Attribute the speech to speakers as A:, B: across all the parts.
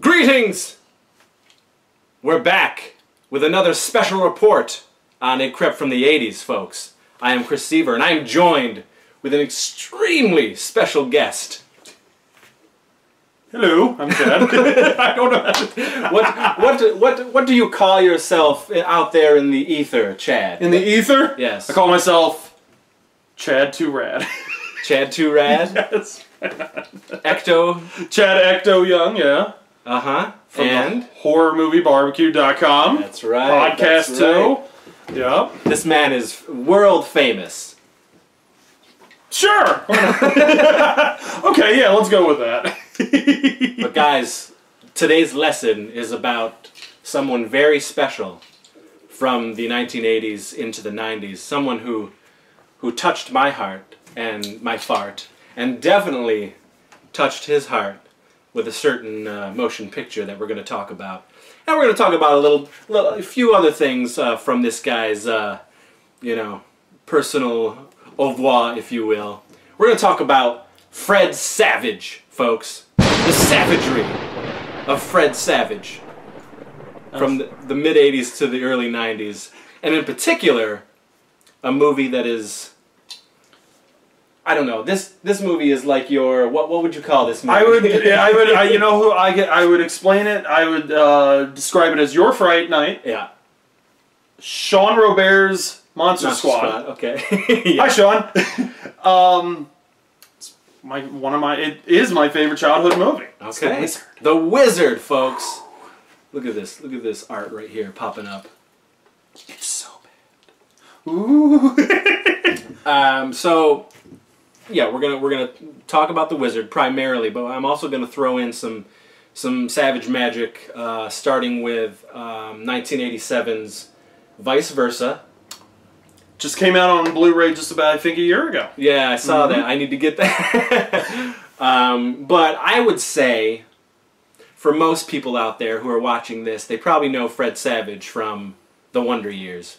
A: Greetings! We're back with another special report on A Crypt from the 80s, folks. I am Chris Seaver, and I am joined with an extremely special guest.
B: Hello, I'm Chad. I don't know. How to...
A: What, what, what, what do you call yourself out there in the ether, Chad?
B: In the ether?
A: Yes.
B: I call myself Chad Too Rad.
A: Chad Too Rad?
B: That's
A: Ecto?
B: Chad Ecto Young, yeah.
A: Uh huh.
B: From the
A: And?
B: horrormoviebarbeque.com.
A: That's right.
B: Podcast
A: that's
B: too.
A: right.
B: Yeah.
A: This man is world famous.
B: Sure. okay, yeah, let's go with that.
A: But guys, today's lesson is about someone very special from the 1980s into the 90s. Someone who who touched my heart and my fart, and definitely touched his heart with a certain uh, motion picture that we're going to talk about. And we're going to talk about a little, little a few other things uh, from this guy's, uh, you know, personal au revoir, if you will. We're going to talk about Fred Savage, folks. The savagery of Fred Savage from the, the mid 80s to the early 90s. And in particular, a movie that is. I don't know. This this movie is like your what what would you call this movie?
B: I would, I would, I, you know who I get? I would explain it. I would uh, describe it as your fright night,
A: Yeah.
B: Sean Robert's Monster
A: Monster
B: Squad.
A: Okay. yeah.
B: Hi, Sean. um, it's my one of my it is my favorite childhood movie. It's The
A: okay.
B: Wizard.
A: The Wizard, folks. Look at this. Look at this art right here popping up.
B: It's so bad. Ooh.
A: Um, so yeah, we're gonna we're gonna talk about the Wizard primarily, but I'm also gonna throw in some some Savage Magic, uh, starting with um, 1987's Vice Versa.
B: just came out on Blu-ray just about I think a year ago.
A: Yeah, I saw
B: Mm-hmm.
A: that. I need to get that. um, but I would say, for most people out there who are watching this, they probably know Fred Savage from The Wonder Years.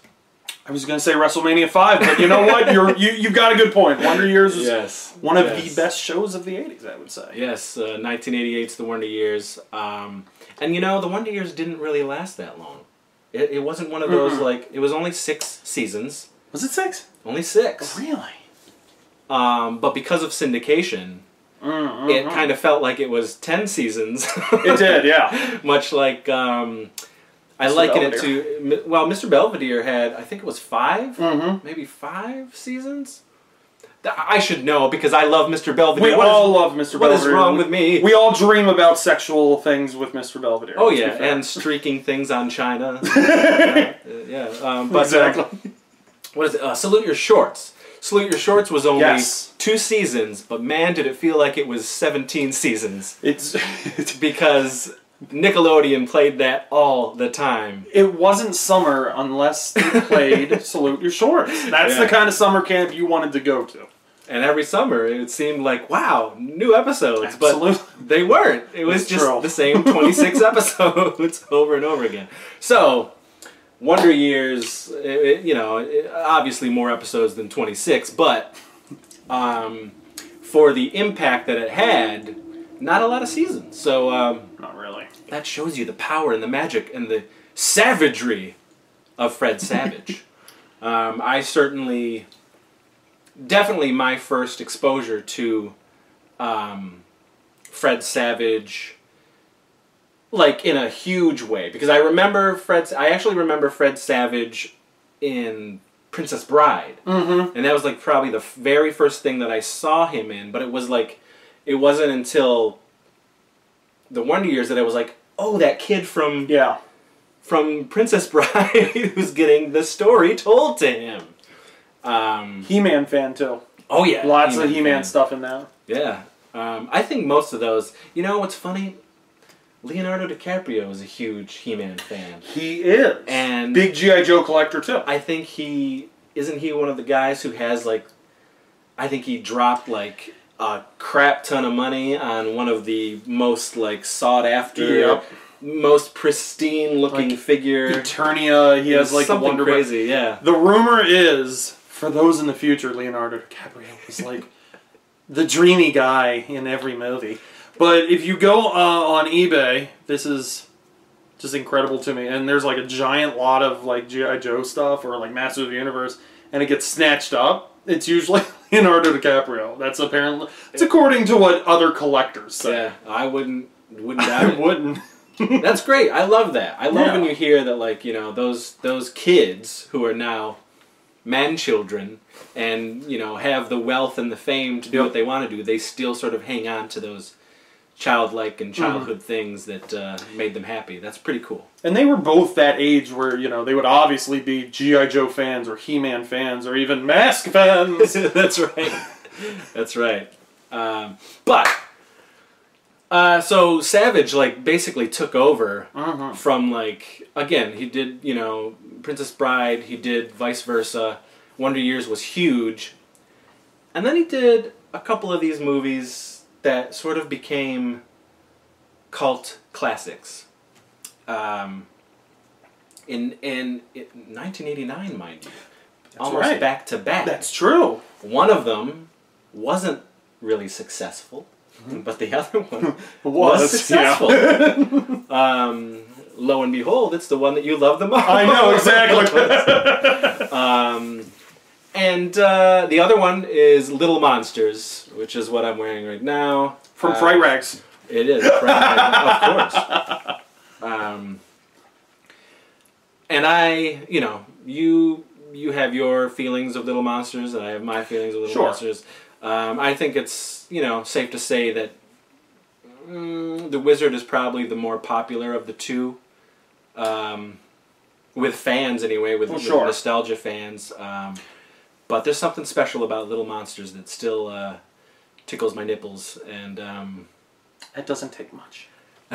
B: I was gonna say WrestleMania five, but you know what? You're you you've got a good point. Wonder Years is
A: Yes,
B: one of
A: yes.
B: the best shows of the '80s, I would say.
A: Yes, uh, 1988's The Wonder Years. Um, and you know, The Wonder Years didn't really last that long. It, it wasn't one of those,
B: Mhm.
A: like, it was only six seasons.
B: Was it six?
A: Only six.
B: Really?
A: Um, but because of syndication,
B: Mm-hmm.
A: it kind of felt like it was ten seasons.
B: it did, yeah.
A: much like um, I
B: Mr.
A: liken it to
B: Belvedere.
A: mi- well, Mr. Belvedere had I think it was 5
B: Mhm.
A: maybe five seasons. Th- I should know because I love Mr. Belvedere.
B: We
A: What is-
B: all love Mr.
A: what is
B: Belvedere.
A: wrong with me?
B: We all dream about sexual things with Mr. Belvedere.
A: oh
B: let's be
A: yeah,
B: fair.
A: and streaking things on China. yeah, yeah, um, but uh,
B: exactly.
A: what is it? Uh, Salute Your Shorts. Salute Your Shorts was only
B: Yes.
A: two seasons, but man, did it feel like it was seventeen seasons.
B: It's
A: because Nickelodeon played that all the time.
B: it wasn't summer unless they played Salute Your Shorts. That's
A: Yeah.
B: the kind of summer camp you wanted to go to.
A: And every summer it seemed like, wow, new episodes.
B: Absolutely.
A: But they weren't. It was
B: It's
A: just
B: true.
A: the same 26 episodes over and over again. So, Wonder Years, it, it- you know, it- obviously more episodes than 26, but um, for the impact that it had, not a lot of seasons. So, um,
B: Not really.
A: that shows you the power and the magic and the savagery of Fred Savage. um, I certainly, definitely, my first exposure to um, Fred Savage, like in a huge way, because I remember Fred. I actually remember Fred Savage in Princess Bride, mm-hmm. and that was like probably the f- very first thing that I saw him in. But it was like, it wasn't until the Wonder Years that I was like, oh, that kid from
B: Yeah.
A: from Princess Bride who's getting the story told to him. Um,
B: He Man fan too.
A: oh yeah,
B: Lots of He Man
A: fan.
B: stuff in that.
A: Yeah, um, I think most of those. You know what's funny? Leonardo DiCaprio is a huge He-Man fan.
B: He is.
A: And-
B: big G.I. Joe collector too.
A: I think he isn't he one of the guys who has like, I think he dropped like a crap ton of money on one of the most like sought after,
B: Yep.
A: most pristine looking
B: Like,
A: figure.
B: Eternia, he has like the
A: something
B: Wonder Man-
A: crazy. Yeah.
B: The rumor is, for those in the future, Leonardo DiCaprio was like the dreamy guy in every movie. But if you go uh, on eBay, this is just incredible to me. And there's like a giant lot of like GI Joe stuff or like Masters of the Universe, and it gets snatched up. It's usually Leonardo DiCaprio. That's apparently it's according to what other collectors say.
A: Yeah, I wouldn't wouldn't
B: I
A: doubt it.
B: wouldn't.
A: That's great. I love that. I love
B: Yeah.
A: when you hear that, like you know, those those kids who are now man children and you know have the wealth and the fame to do what they want to do. They still sort of hang on to those childlike and childhood things that uh, made them happy. That's pretty cool.
B: And they were both that age where you know they would obviously be GI Joe fans or He Man fans or even Mask fans.
A: That's right. That's right. Um, but uh, so Savage like basically took over from like again he did you know Princess Bride he did vice versa Wonder Years was huge and then he did a couple of these movies that sort of became cult classics. Um, in in, in 1989, mind you, almost
B: right.
A: back to back.
B: That's true.
A: One of them wasn't really successful, but the other one was,
B: Mm-hmm. Was,
A: successful. um, lo and behold, it's the one that you love the most.
B: I know exactly.
A: Um, and uh, the other one is Little Monsters, which is what I'm wearing right now.
B: From
A: Uh,
B: Fry Rags.
A: It is, right, of course. Um, and I, you know, you you have your feelings of Little Monsters, and I have my feelings of Little
B: Sure.
A: Monsters. Um, I think it's you know safe to say that mm, the Wizard is probably the more popular of the two, um, with fans anyway, with,
B: Well,
A: with
B: sure.
A: nostalgia fans. Um, but there's something special about Little Monsters that still uh, tickles my nipples, and um,
B: That doesn't take much.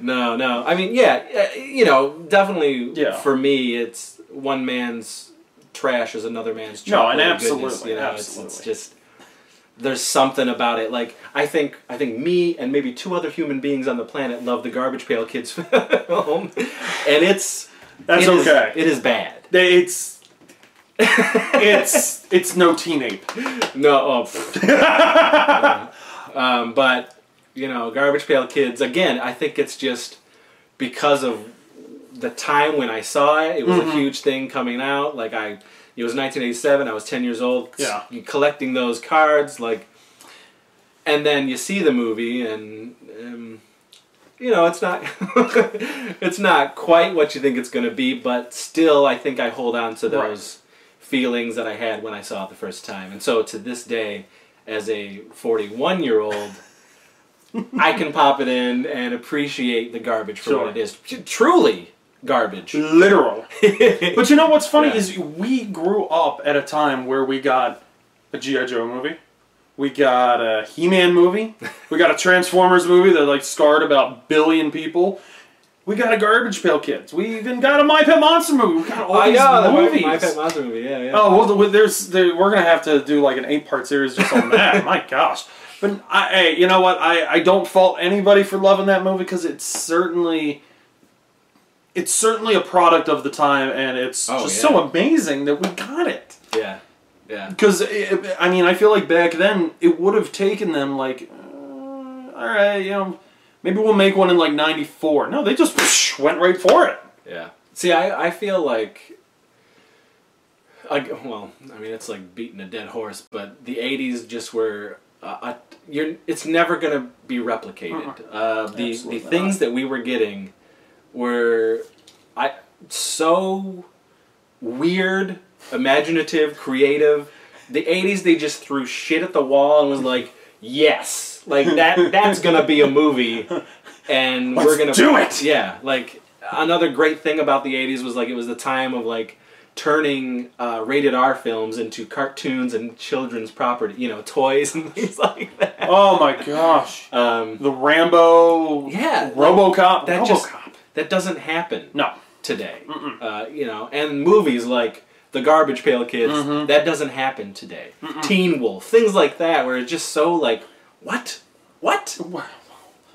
A: no, no. I mean, yeah, uh, you know, definitely
B: Yeah.
A: for me, it's one man's trash is another man's
B: No,
A: chocolate
B: and
A: and goodness,
B: absolutely,
A: you know, it's- It's,
B: absolutely.
A: just there's something about it. Like I think, I think me and maybe two other human beings on the planet love the Garbage Pail Kids film, and it's
B: That's
A: it is-
B: okay.
A: it is bad.
B: They- It's it's it's no teen ape.
A: No, oh, pfft. um, but you know, Garbage Pail Kids. Again, I think it's just because of the time when I saw it. It was a huge thing coming out. Like I, it was 1987. I was 10 years old.
B: Yeah.
A: collecting those cards, like, and then you see the movie, and um, you know, it's not, it's not quite what you think it's going to be. But still, I think I hold on to
B: Right.
A: those feelings that I had when I saw it the first time. And so to this day, as a 41 year old, I can pop it in and appreciate the garbage for
B: Sure.
A: what it is. T- Truly garbage.
B: Literal. But you know what's funny
A: Yeah.
B: is we grew up at a time where we got a G.I. Joe movie. We got a He Man movie. We got a Transformers movie that like scarred about a billion people. We got a Garbage Pail Kids. We even got a My Pet Monster movie. We got all
A: I
B: these
A: know, the
B: movies.
A: My, my Pet Monster movie, yeah, yeah.
B: Oh well, the- well, there's there, we're gonna have to do like an eight part series just on that. My gosh, but I, hey, you know what? I I don't fault anybody for loving that movie because it's certainly it's certainly a product of the time, and it's
A: Oh,
B: just
A: yeah.
B: so amazing that we got it.
A: Yeah, yeah.
B: Because I mean, I feel like back then it would have taken them like, uh, all right, you know, maybe we'll make one in like '94. No, they just went right for it.
A: Yeah. See, I, I feel like. I, well, I mean, it's like beating a dead horse, but the 80s just were. Uh, a- you're, it's never going to be replicated. Uh, the, the
B: Absolutely
A: things that we were getting were I, so weird, imaginative, creative. The 80s, they just threw shit at the wall and was like, yes, like that, that's going to be a movie. And we're
B: Let's
A: going to
B: do it!
A: Yeah. Like another great thing about the 80s was like it was the time of like turning uh, rated R films into cartoons and children's property, you know, toys and things like that.
B: Oh my gosh,
A: Um,
B: the Rambo,
A: Yeah,
B: RoboCop,
A: that
B: RoboCop.
A: just that doesn't happen.
B: No.
A: today. Uh, you know, and movies like The Garbage Pail Kids,
B: Mm-hmm.
A: that doesn't happen today. Teen Wolf, things like that, where it's just so like, what? What?
B: Wow.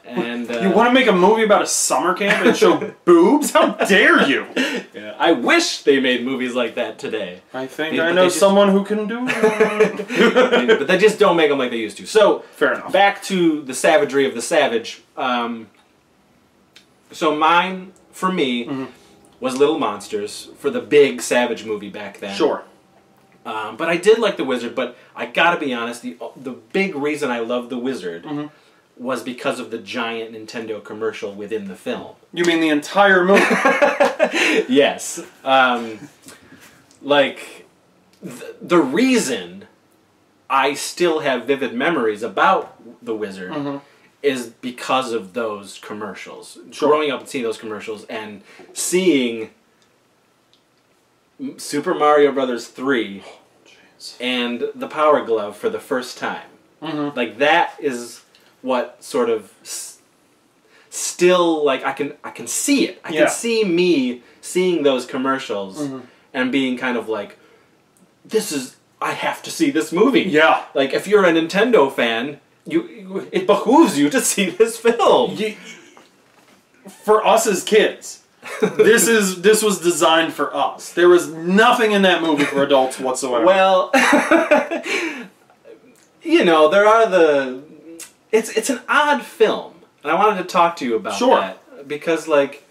A: And uh,
B: You want to make a movie about a summer camp and show boobs? How dare you?
A: yeah, I wish they made movies like that today.
B: I think
A: Yeah,
B: I
A: but
B: know
A: they just-
B: someone who can do it.
A: I mean, but they just don't make them like they used to. So
B: Fair enough.
A: Back to the savagery of the savage. Um, so mine for me
B: Mm-hmm.
A: was Little Monsters for the big savage movie back then.
B: Sure.
A: Um, but I did like the Wizard. But I gotta be honest, the uh, the big reason I loved the Wizard
B: Mm-hmm.
A: was because of the giant Nintendo commercial within the film.
B: You mean the entire movie?
A: yes. Um, like, th- the reason I still have vivid memories about The Wizard is because of those commercials.
B: Sure.
A: Growing up and seeing those commercials and seeing M- Super Mario Brothers 3 and the Power Glove for the first time.
B: Mm-hmm.
A: Like, that is what sort of. s- Still, like I can, I can see it. I
B: Yeah. Mm-hmm.
A: can see me seeing those commercials and being kind of like, "This is I have to see this movie."
B: yeah.
A: Like if you're a Nintendo fan, you- you it behooves you to see this film.
B: Ye- for us as kids this is this was designed for us there was nothing in that movie for adults whatsoever
A: Well, you know there are the it's it's an odd film, and I wanted to talk to you about
B: Sure.
A: that because like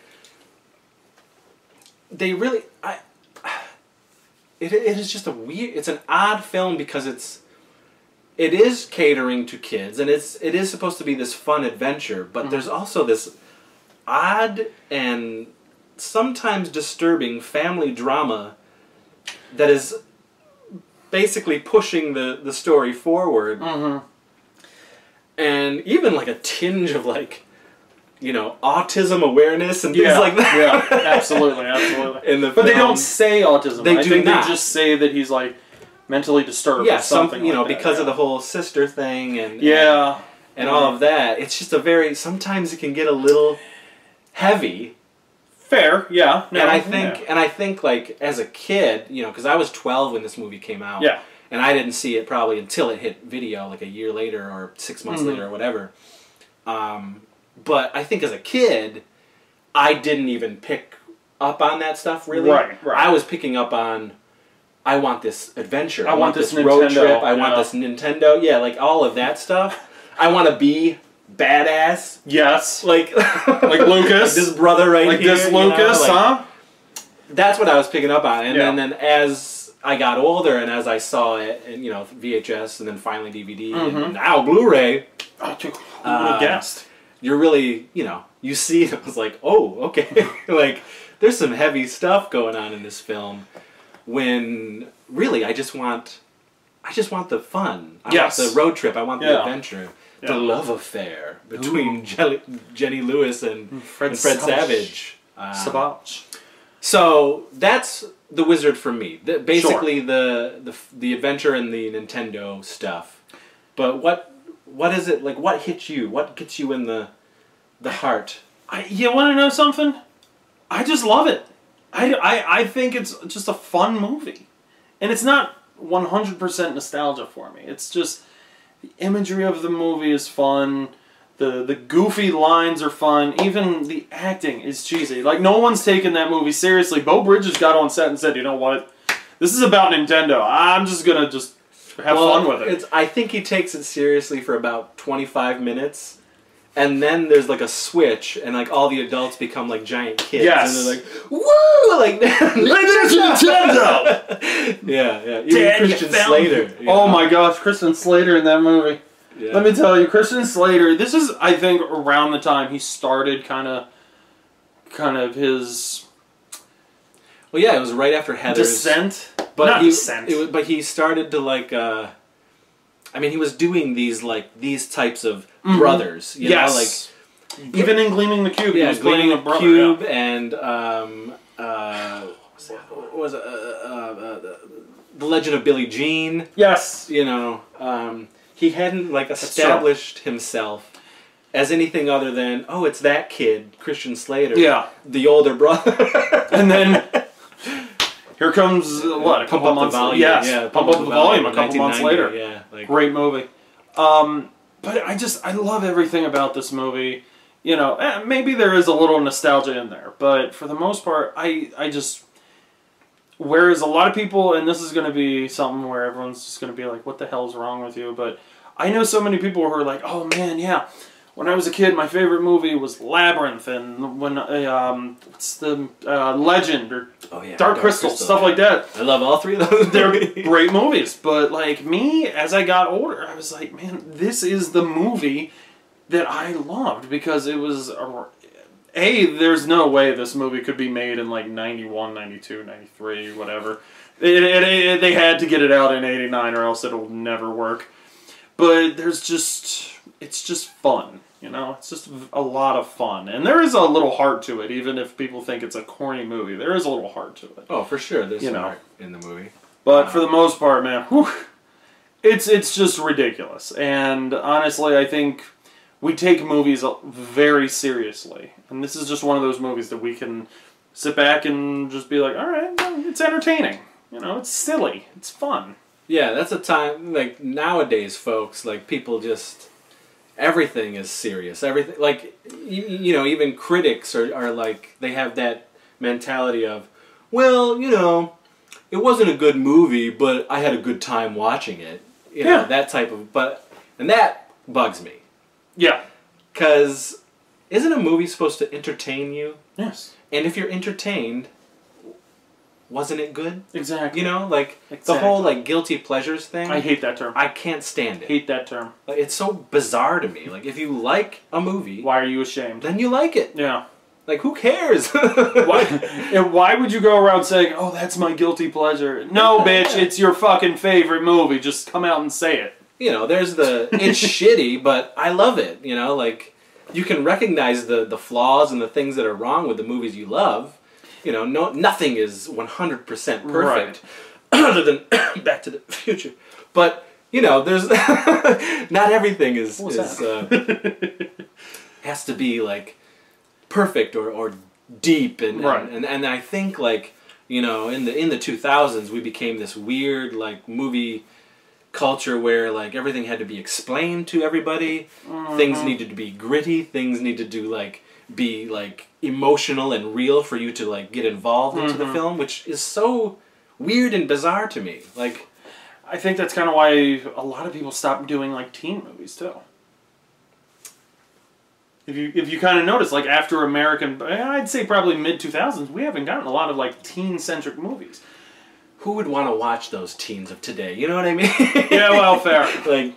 A: they really I it, it is just a weird it's an odd film because it's it is catering to kids and it's it is supposed to be this fun adventure but there's also this odd and sometimes disturbing family drama that is basically pushing the the story forward
B: Mm-hmm.
A: and even like a tinge of like you know autism awareness and things
B: yeah,
A: like that
B: yeah absolutely absolutely
A: in the
B: but they
A: film.
B: don't say autism
A: They
B: I
A: do
B: think
A: not.
B: um, they just say that he's like mentally disturbed
A: yeah
B: or something
A: something you know
B: like that,
A: because of
B: yeah.
A: the whole sister thing and
B: yeah
A: and all of that it's just a very sometimes it can get a little heavy
B: fair yeah no,
A: and i
B: yeah.
A: think and i think like as a kid you know because i was 12 when this movie came out
B: Yeah.
A: and i didn't see it probably until it hit video like a year later or six months
B: Mm-hmm.
A: later or whatever um, but i think as a kid i didn't even pick up on that stuff really
B: Right, right.
A: i was picking up on i want this adventure i,
B: want
A: want
B: this
A: this, road
B: Nintendo,
A: trip i want
B: yeah.
A: this nintendo yeah like all of that stuff i want to be badass
B: yes
A: like
B: like lucas
A: this brother right
B: like
A: here
B: this
A: you know,
B: lucas
A: like-
B: huh
A: that's what I was picking up on. And
B: Yeah.
A: then, then as I got older and as I saw it, and you know, VHS and then finally DVD
B: Mm-hmm.
A: and now Blu ray,
B: I took- who would have
A: Uh,
B: guessed
A: you're really, you know, you see it. I was like, oh, okay. like, there's some heavy stuff going on in this film when really I just want. I just want the fun. I
B: Yes.
A: want the road trip. I want the
B: Yeah.
A: adventure.
B: Yeah.
A: The love affair between Jelly, Jenny Lewis and Fred, and Fred Savage. Um,
B: Mm. savage
A: so that's the wizard for me. The, basically, the, the f- the adventure and the Nintendo stuff. But what what is it like? What hits you? What gets you in the the heart?
B: I, you want to know something? I just love it. I, I, I think it's just a fun movie. And it's not 100% nostalgia for me. It's just the imagery of the movie is fun. The, the goofy lines are fun. Even the acting is cheesy. Like, no one's taking that movie seriously. Bo Bridges got on set and said, you know what? This is about Nintendo. I'm just going to just have fun with it.
A: It's, I think he takes it seriously for about twenty five minutes. And then there's like a switch, and like all the adults become like giant kids,
B: Yes.
A: and they're like, "Woo!" Like,
B: It's Nintendo!
A: yeah, yeah. Even
B: Dad, you
A: Christian
B: found-
A: Slater. you
B: Oh
A: know?
B: my gosh, Kristen Slater in that movie.
A: Yeah.
B: Let me tell you, Christian Slater. This is, I think, around the time he started kind of, kind of his
A: Well, yeah, it was right after Heather's.
B: descent,
A: But
B: Not
A: he,
B: descent.
A: It, was- but he started to like. Uh, I mean, he was doing these like these types of brothers. You
B: yes. like even in gleaming the
A: know, like
B: cube, he
A: yeah,
B: was playing
A: Gleaming
B: a brother.
A: Cube
B: yeah.
A: and um, uh, what was it? Uh, uh, uh, the Legend of Billy Jean.
B: Yes.
A: You know, um, he hadn't like established himself as anything other than oh, it's that kid, Christian Slater.
B: Yeah.
A: the older brother.
B: And then here comes uh, what a
A: pump
B: couple
A: up the
B: months.
A: volume.
B: yes.
A: Yeah,
B: pump, up the volume. A couple months later.
A: 1990, Yeah, like,
B: Great movie. Um, but I just I love everything about this movie. You know, eh, maybe there is a little nostalgia in there, but for the most part, I I just whereas a lot of people, and this is going to be something where everyone's just going to be like, "What the hell's wrong with you?" But I know so many people who are like, "Oh man, yeah." When I was a kid, my favorite movie was Labyrinth, and when uh, um, what's the uh, Legend or
A: Oh yeah,
B: Dark, Crystal, stuff
A: yeah.
B: like that
A: I love all three of those.
B: they're
A: movies.
B: great movies but like me as i got older i was like man this is the movie that i loved because it was a, a there's no way this movie could be made in like 91 92 93 whatever it, it, it- they had to get it out in 89 or else it'll never work but there's just it's just fun you know it's just a lot of fun and there is a little heart to it even if people think it's a corny movie there is a little heart to it
A: Oh, for sure. There's
B: You
A: some
B: know.
A: art in the movie.
B: but for the most part, man, whew, it's it's just ridiculous. And honestly, I think we take movies very seriously, and this is just one of those movies that we can sit back and just be like, all right, well, it's entertaining. You know, it's silly, it's fun.
A: Yeah, that's a time like nowadays, folks. Like people just everything is serious. Everything like you, you know, even critics are, are like they have that mentality of, well, you know, it wasn't a good movie, but I had a good time watching it. You know,
B: Yeah.
A: that type of but and that bugs me
B: Yeah.
A: because isn't a movie supposed to entertain you?
B: Yes.
A: And if you're entertained, wasn't it good?
B: Exactly.
A: You know, like the
B: Exactly.
A: whole like guilty pleasures thing.
B: I hate that term. I
A: I can't stand it.
B: hate that term.
A: Like, It's so bizarre to me. Like if you like a movie,
B: Why are you ashamed?
A: then you like it.
B: Yeah.
A: Like who cares?
B: Why, and why would you go around saying, "Oh, that's my guilty pleasure"? No, bitch, it's your fucking favorite movie. Just come out and say it.
A: you know, there's the it's shitty, but I love it. You know, like you can recognize the the flaws and the things that are wrong with the movies you love. You know, no nothing is 100% perfect other than Back to the Future. But you know, there's not everything is
B: What was
A: is uh,
B: that?
A: has to be like perfect or, or deep and, and-
B: Right.
A: and and I think like you know in the in the 2000s we became this weird like movie culture where like everything had to be explained to everybody
B: Mm-hmm.
A: things needed to be gritty things needed to like be like emotional and real for you to like get involved into
B: Mm-hmm.
A: the film which is so weird and bizarre to me like
B: I think that's kind of why a lot of people stopped doing like teen movies too. If you if you kind of notice, like after American, eh, I'd say probably mid two thousands, we haven't gotten a lot of like teen centric movies.
A: who would want to watch those teens of today you know what i mean
B: Yeah, well, fair.
A: like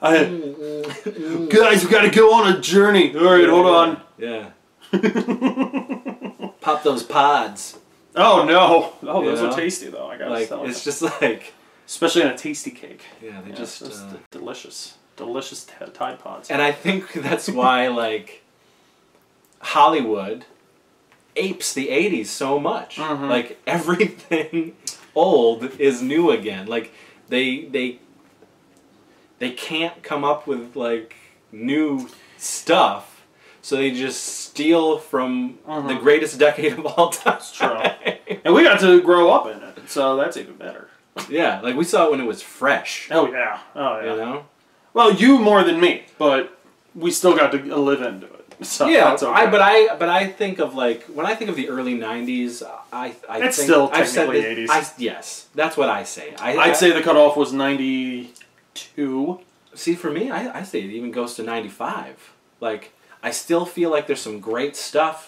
B: I, guys, we got to go on a journey. All right, hold on.
A: Yeah. Pop those pods.
B: Oh no! Oh, those
A: You
B: are
A: know?
B: tasty though. I gotta
A: Like
B: tell
A: it's
B: you.
A: just like
B: especially on a tasty cake.
A: yeah, they
B: Yeah,
A: just.
B: that's
A: Uh,
B: d- delicious, delicious t- Tide Pods.
A: and I think that's why like Hollywood apes the '80s so much.
B: Mhm.
A: Like everything old is new again. Like they they they can't come up with like new stuff, so they just steal from the
B: Mhm.
A: greatest decade of all time.
B: It's true. and we got to grow up in it, so that's even better.
A: Yeah, like we saw it when it was fresh.
B: Oh yeah. Oh yeah.
A: You know?
B: Well, you more than me, but we still got to live into it. So
A: Yeah,
B: Oh, that's okay.
A: I, but I but I think of like when I think of the early '90s, I I
B: That's
A: think,
B: still
A: I've said
B: technically
A: this-
B: 80s.
A: I, yes, that's what I say. I, I-
B: would say the cutoff was ninety two.
A: see for me, I, I say it even goes to '95. Like I still feel like there's some great stuff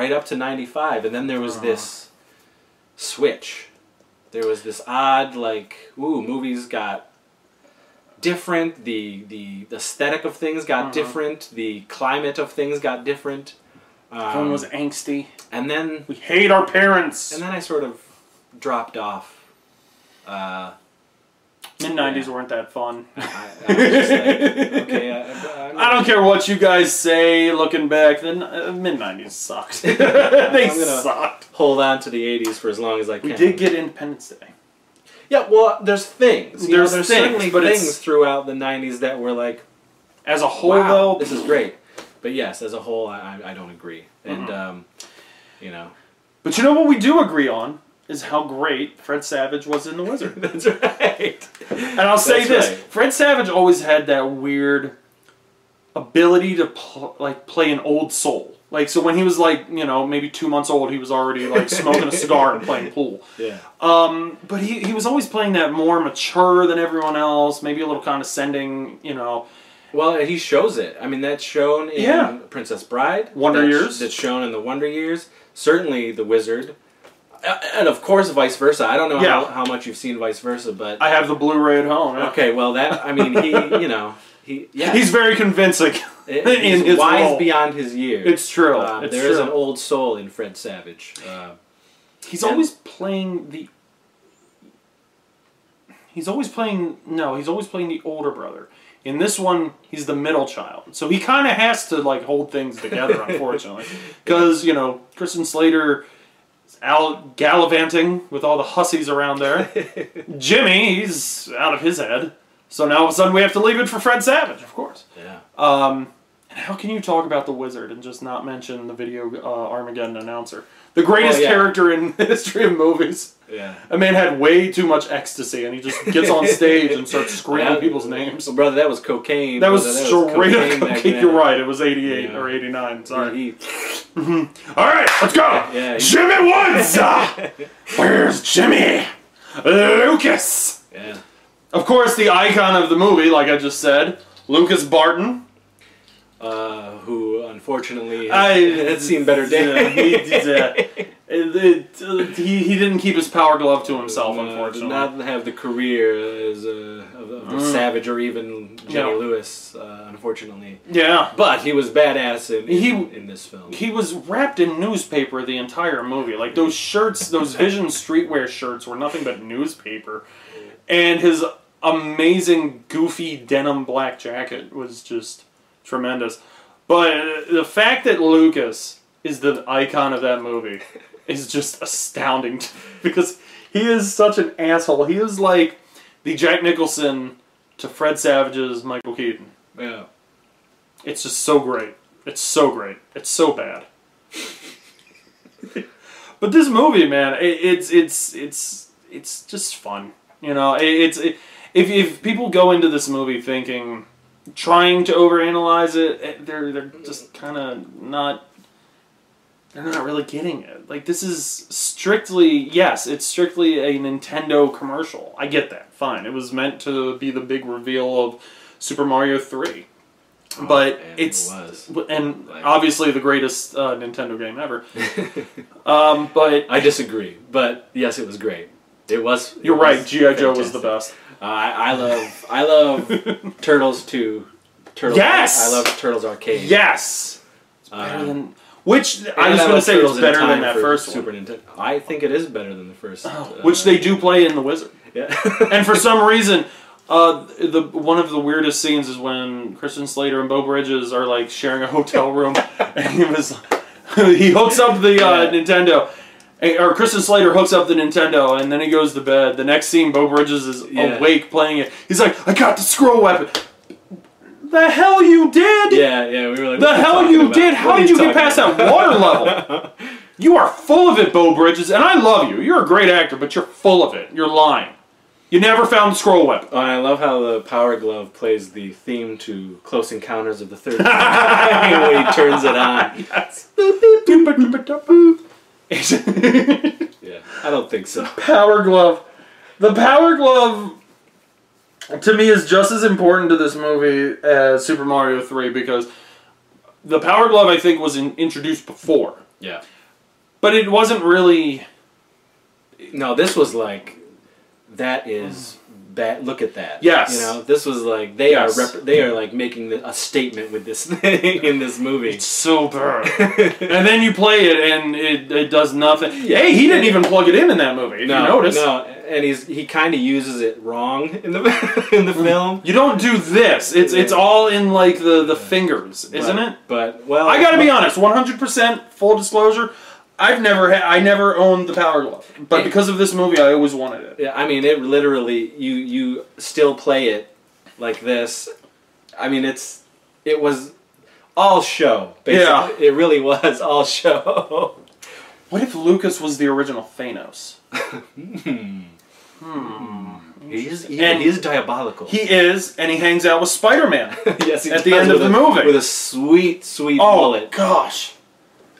A: right up to '95, and then there
B: Uh-huh.
A: was this switch. There was this odd like ooh movies got different. The the aesthetic of things got
B: Uh-huh.
A: different. The climate of things got different.
B: Everyone
A: Um,
B: was angsty.
A: and then
B: We hate our parents.
A: and then I sort of dropped off. Uh,
B: Mid nineties weren't that fun.
A: I, I was just like, okay, I, I,
B: I don't care what you guys say. Looking back, the uh, mid nineties sucked. they
A: gonna-
B: sucked.
A: hold on to the '80s for as long as I can.
B: We did get Independence Day.
A: yeah. Well, there's things. You know,
B: There's
A: there's
B: things,
A: certainly
B: but it's- Oh,
A: things throughout the '90s that were like,
B: As a whole,
A: wow,
B: though,
A: this is great. But yes, as a whole, I, I I don't agree,
B: Mm-hmm.
A: and um, you know,
B: But you know what we do agree on is how great Fred Savage was in The Wizard.
A: that's right.
B: And I'll say
A: That's
B: this:
A: right.
B: Fred Savage always had that weird ability to pl- like play an old soul. Like so, when he was like you know maybe two months old, he was already like smoking a cigar and playing pool. Um,
A: Yeah.
B: But he, he was always playing that more mature than everyone else, maybe a little condescending. You know,
A: Well, he shows it. I mean, that's shown in
B: Yeah.
A: Princess Bride,
B: Wonder
A: that's,
B: Years.
A: That's shown in the Wonder Years. Certainly, The Wizard, Uh, and of course, vice versa. I don't know how,
B: Yeah.
A: how much you've seen vice versa, but
B: I have the Blu-ray at home. yeah.
A: okay. Well, that I mean, he you know he yeah
B: He's very convincing
A: It-
B: in
A: he's
B: his
A: wise
B: role.
A: beyond his years.
B: It's true.
A: Um,
B: It's
A: there is
B: true.
A: an old soul in Fred Savage. Uh,
B: He's
A: And-
B: always playing the. He's always playing no. He's always playing the older brother. In this one, he's the middle child, so he kind of has to like hold things together, unfortunately, because you know Kristen Slater is out gallivanting with all the hussies around there. Jimmy, he's out of his head, so now all of a sudden we have to leave it for Fred Savage, of course.
A: yeah.
B: Um, and how can you talk about the wizard and just not mention the video uh, Armageddon announcer? The greatest
A: Oh, yeah.
B: character in the history of movies.
A: Yeah.
B: A man had way too much ecstasy and he just gets on stage and starts screaming
A: Yeah.
B: people's names.
A: So, brother, that was cocaine.
B: That was
A: Brother,
B: straight up
A: back
B: cocaine.
A: then.
B: You're right. It was 88
A: Yeah.
B: or 89. Sorry.
A: He- he-
B: All right, let's go.
A: Yeah, he-
B: Jimmy Woods. uh, Where's Jimmy? Lucas.
A: yeah.
B: Of course, the icon of the movie, like I just said, Lucas Barton.
A: Uh, who unfortunately
B: I
A: has, has seen better
B: Yeah, he,
A: days.
B: he's, uh, it- it- he, he didn't keep his power glove to himself,
A: Uh, did
B: unfortunately. Mm.
A: not have the career as a, of, of the Savage or even Jenny
B: Yeah.
A: Lewis, uh, unfortunately.
B: yeah.
A: But he was badass in, in,
B: He-
A: in this film.
B: He was wrapped in newspaper the entire movie. Like those shirts, those Vision streetwear shirts were nothing but newspaper. And his amazing goofy denim black jacket was just tremendous. But uh, the fact that Lucas is the icon of that movie is just astounding to me because he is such an asshole. He is like the Jack Nicholson to Fred Savage's Michael Keaton.
A: yeah.
B: It's just so great. It's so great. It's so bad. but this movie, man, it, it's it's it's it's just fun. You know, it, it's it, if if people go into this movie thinking trying to overanalyze it, eh, they're they're just kind of not they're not really getting it. Like this is strictly yes, it's strictly a Nintendo commercial. I get that. Fine. It was meant to be the big reveal of Super Mario 3
A: man,
B: but
A: Oh, it
B: it's
A: was.
B: w- and
A: Like-
B: obviously the greatest uh, Nintendo game ever. um, but
A: I disagree, but yes, it was great. It was. it
B: you're right,
A: was
B: GI Joe was the
A: fantastic.
B: best.
A: Uh, I, I love. I love Turtles two. Turtles.
B: Yes!
A: I love Turtles arcade.
B: yes,
A: Um,
B: better than which
A: and
B: I was going
A: love
B: to say
A: Turtles
B: it's
A: in
B: better
A: Time
B: than that
A: for
B: first
A: Super
B: one, Oh,
A: Nintendo. I think it is better than the first. uh,
B: which they do play in the Wizard.
A: Yeah.
B: And for some reason, uh, the one of the weirdest scenes is when Christian Slater and Bo Bridges are like sharing a hotel room, and he was he hooks up the uh,
A: Yeah.
B: Nintendo. eh, Or Kristen Slater hooks up the Nintendo and then he goes to bed. The next scene, Bo Bridges is
A: Yeah.
B: awake playing it. He's like, "I got the scroll weapon." The hell you did?
A: yeah, yeah. We were like,
B: The
A: what are
B: hell
A: talking
B: you
A: about?
B: did? How
A: What are
B: did you get
A: talking
B: past
A: about?
B: that water level? You are full of it, Bo Bridges, and I love you. You're a great actor, but you're full of it. You're lying. You never found the scroll weapon.
A: Oh, and I love how the Power Glove plays the theme to Close Encounters of the Third Kind when he turns it on. Yeah, I don't think so.
B: power glove. The power glove to me is just as important to this movie as Super Mario 3 because the power glove I think was in, introduced before,
A: Yeah.
B: but it wasn't really
A: No, this was like, that is that. Look at that.
B: Mm. Yes.
A: You know, this was like they
B: Yes.
A: are rep- they are like making the, a statement with this thing in this movie.
B: so bad. and then you play it and it, it does nothing. Hey, he didn't even plug it in in that movie. If
A: No,
B: you notice,
A: no, and he's he kind of uses it wrong in the in
B: Mm.
A: the film,
B: you don't do this. It's it's all in like the the fingers, isn't
A: But-
B: it?
A: But well,
B: I gotta be honest, one hundred percent full disclosure. I've never had. I never owned the Power Glove, but because of this movie, I always wanted it.
A: Yeah, I mean, it literally you you still play it like this. I mean, it's it was all show. Basically. it really was all show.
B: What if Lucas was the original Thanos?
A: He is evil.
B: And-
A: he is diabolical.
B: He is, and he hangs out with Spider Man.
A: yes, he
B: at the
A: does
B: end of
A: with
B: the
A: a-
B: movie.
A: with a sweet, sweet
B: oh
A: bullet.
B: gosh,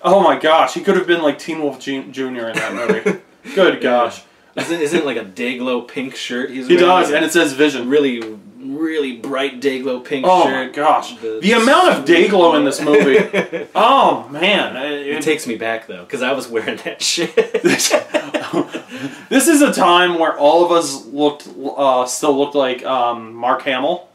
B: oh my gosh, he could have been like Teen Wolf Ju- Junior in that movie. Good gosh,
A: Isn't, isn't it like a Dayglow pink shirt? He's
B: he does,
A: wearing?
B: and it says Vision.
A: really, really bright Dayglow pink
B: Oh
A: shirt.
B: my gosh,
A: The
B: the, amount of day glow in this movie. oh man,
A: It
B: It-
A: takes me back though, because I was wearing that shit.
B: this is a time where all of us looked uh, still looked like um, Mark Hamill.